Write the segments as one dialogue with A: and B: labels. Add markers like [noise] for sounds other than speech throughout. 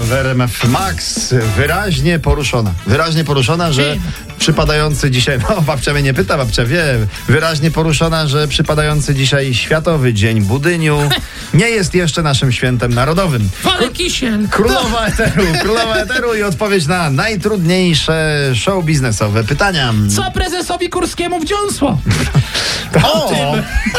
A: w RMF Max wyraźnie poruszona. Wyraźnie poruszona, że przypadający dzisiaj, [laughs] no babcia mnie nie pyta, babcia wie, wyraźnie poruszona, że przypadający dzisiaj Światowy Dzień Budyniu nie jest jeszcze naszym świętem narodowym.
B: Wale kisiel.
A: Królowa Eteru, królowa Eteru i odpowiedź na najtrudniejsze show biznesowe pytania.
B: Co prezesowi Kurskiemu wdziąsło?
A: O!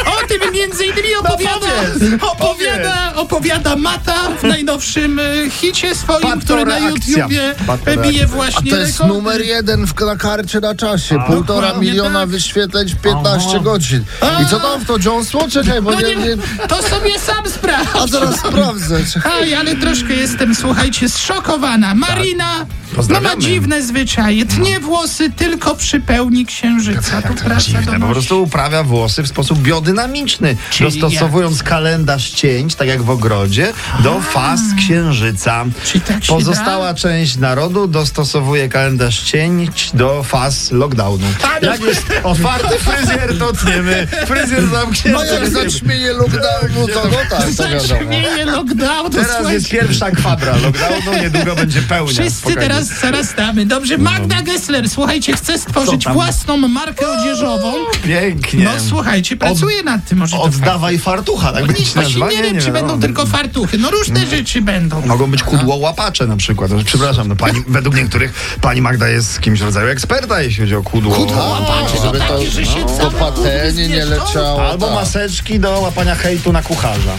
B: O tym między innymi opowiada,
A: No. powiedz,
B: opowiada, opowiada Mata w najnowszym y, hicie swoim, który na
A: Patoreakcja.
B: YouTubie
A: Patoreakcja.
B: bije
C: A
B: właśnie
C: to jest
B: rekordy.
C: numer jeden w, na karcie na czasie. Półtora
B: dokładnie
C: miliona
B: tak.
C: wyświetleń w 15
A: Aha.
C: godzin. I co tam w to Johnson? Czekaj, bo
B: No
C: nie, nie...
B: nie, to sobie sam sprawdź.
C: A zaraz sprawdzę. Czekaj.
B: Aj, ale troszkę jestem, słuchajcie, zszokowana. Marina no ma
A: Tak. Pozdrawiamy. No.
B: dziwne zwyczaje. Tnie włosy tylko przy pełni księżyca. Tu praca
A: Dziwne, E, po
B: domowa.
A: prostu uprawia włosy w sposób biodynamiczny,
B: Czyli
A: dostosowując kalendarz cięć, tak jak w ogrodzie, do faz księżyca.
B: Czyli tak się
A: Pozostała część narodu dostosowuje kalendarz cięć do faz lockdownu.
B: Ale-
A: Jak jest otwarty fryzjer, to tniemy. Fryzjer zamknięty.
C: No jak zaćmienie lockdownu, to no tak, to wiadomo.
B: Zaćmienie lockdownu,
A: Teraz
B: no słuchajcie.
A: jest pierwsza kwadra lockdownu, niedługo będzie pełnia.
B: Wszyscy
A: Spokojnie. No.
B: teraz zaraz damy. Dobrze, Magda Gessler, słuchajcie, chce stworzyć
A: tam?
B: własną markę odzieżową.
A: Pięknie.
B: No słuchajcie, pracuje nad tym może. to fakt.
A: Oddawaj fartucha, tak będzie się
B: Właśnie
A: nazywa?
B: nie wiem, czy
A: wiadomo.
B: będą tylko fartuchy. No różne rzeczy będą.
A: Mogą być kudłołapacze na przykład. Przepraszam, no pani, według niektórych pani Magda jest kimś rodzaju eksperta, jeśli chodzi o kudło.
C: Kudło.
B: Patrz, to
C: żeby to-
B: takie, że się
C: no,
B: całe
C: to patenie nie
B: zniszczą.
C: leciało.
A: Albo
C: tak.
A: maseczki do łapania hejtu na kucharza.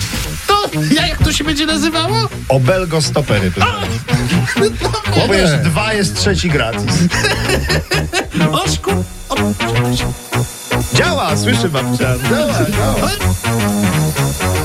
B: To, ja jak to się będzie nazywało?
A: Obelgo stopery. Bo jest dwa, jest trzeci gratis.
B: Oszku. O,
A: Działa, słyszy babcia. Działa, działa.
B: o,